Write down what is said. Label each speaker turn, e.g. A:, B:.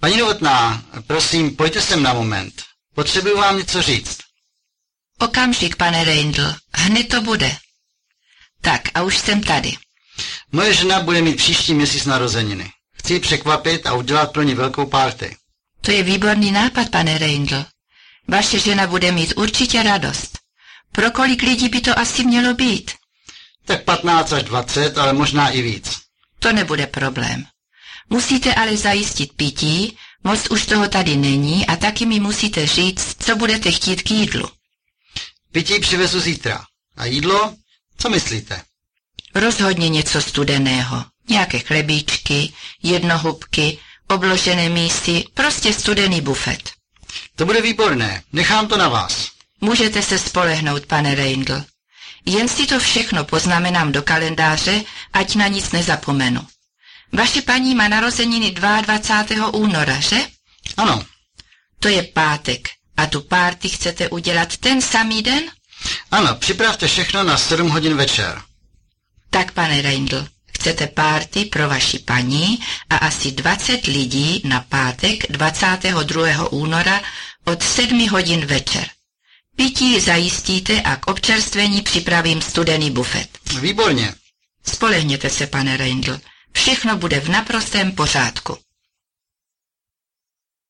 A: Paní Novotná, prosím, pojďte sem na moment. Potřebuju vám něco říct.
B: Okamžik, pane Reindl, hned to bude. Tak, a už jsem tady.
A: Moje žena bude mít příští měsíc narozeniny. Chci ji překvapit a udělat pro ní velkou párty.
B: To je výborný nápad, pane Reindl. Vaše žena bude mít určitě radost. Pro kolik lidí by to asi mělo být?
A: Tak 15 až 20, ale možná i víc.
B: To nebude problém. Musíte ale zajistit pití, moc už toho tady není a taky mi musíte říct, co budete chtít k jídlu.
A: Pití přivezu zítra. A jídlo? Co myslíte?
B: Rozhodně něco studeného. Nějaké chlebíčky, jednohubky, obložené mísy, prostě studený bufet.
A: To bude výborné, nechám to na vás.
B: Můžete se spolehnout, pane Reindl. Jen si to všechno poznamenám do kalendáře, ať na nic nezapomenu. Vaše paní má narozeniny 22. února, že?
A: Ano,
B: To je pátek. A tu párty chcete udělat ten samý den?
A: ano, připravte všechno na 7 hodin večer.
B: Tak, pane Reindl, chcete párty pro vaši paní a asi 20 lidí na pátek 22. února od 7 hodin večer. Pití zajistíte a k občerstvení připravím studený bufet.
A: Výborně.
B: Spolehněte se, pane Reindl, všechno bude v naprostém pořádku.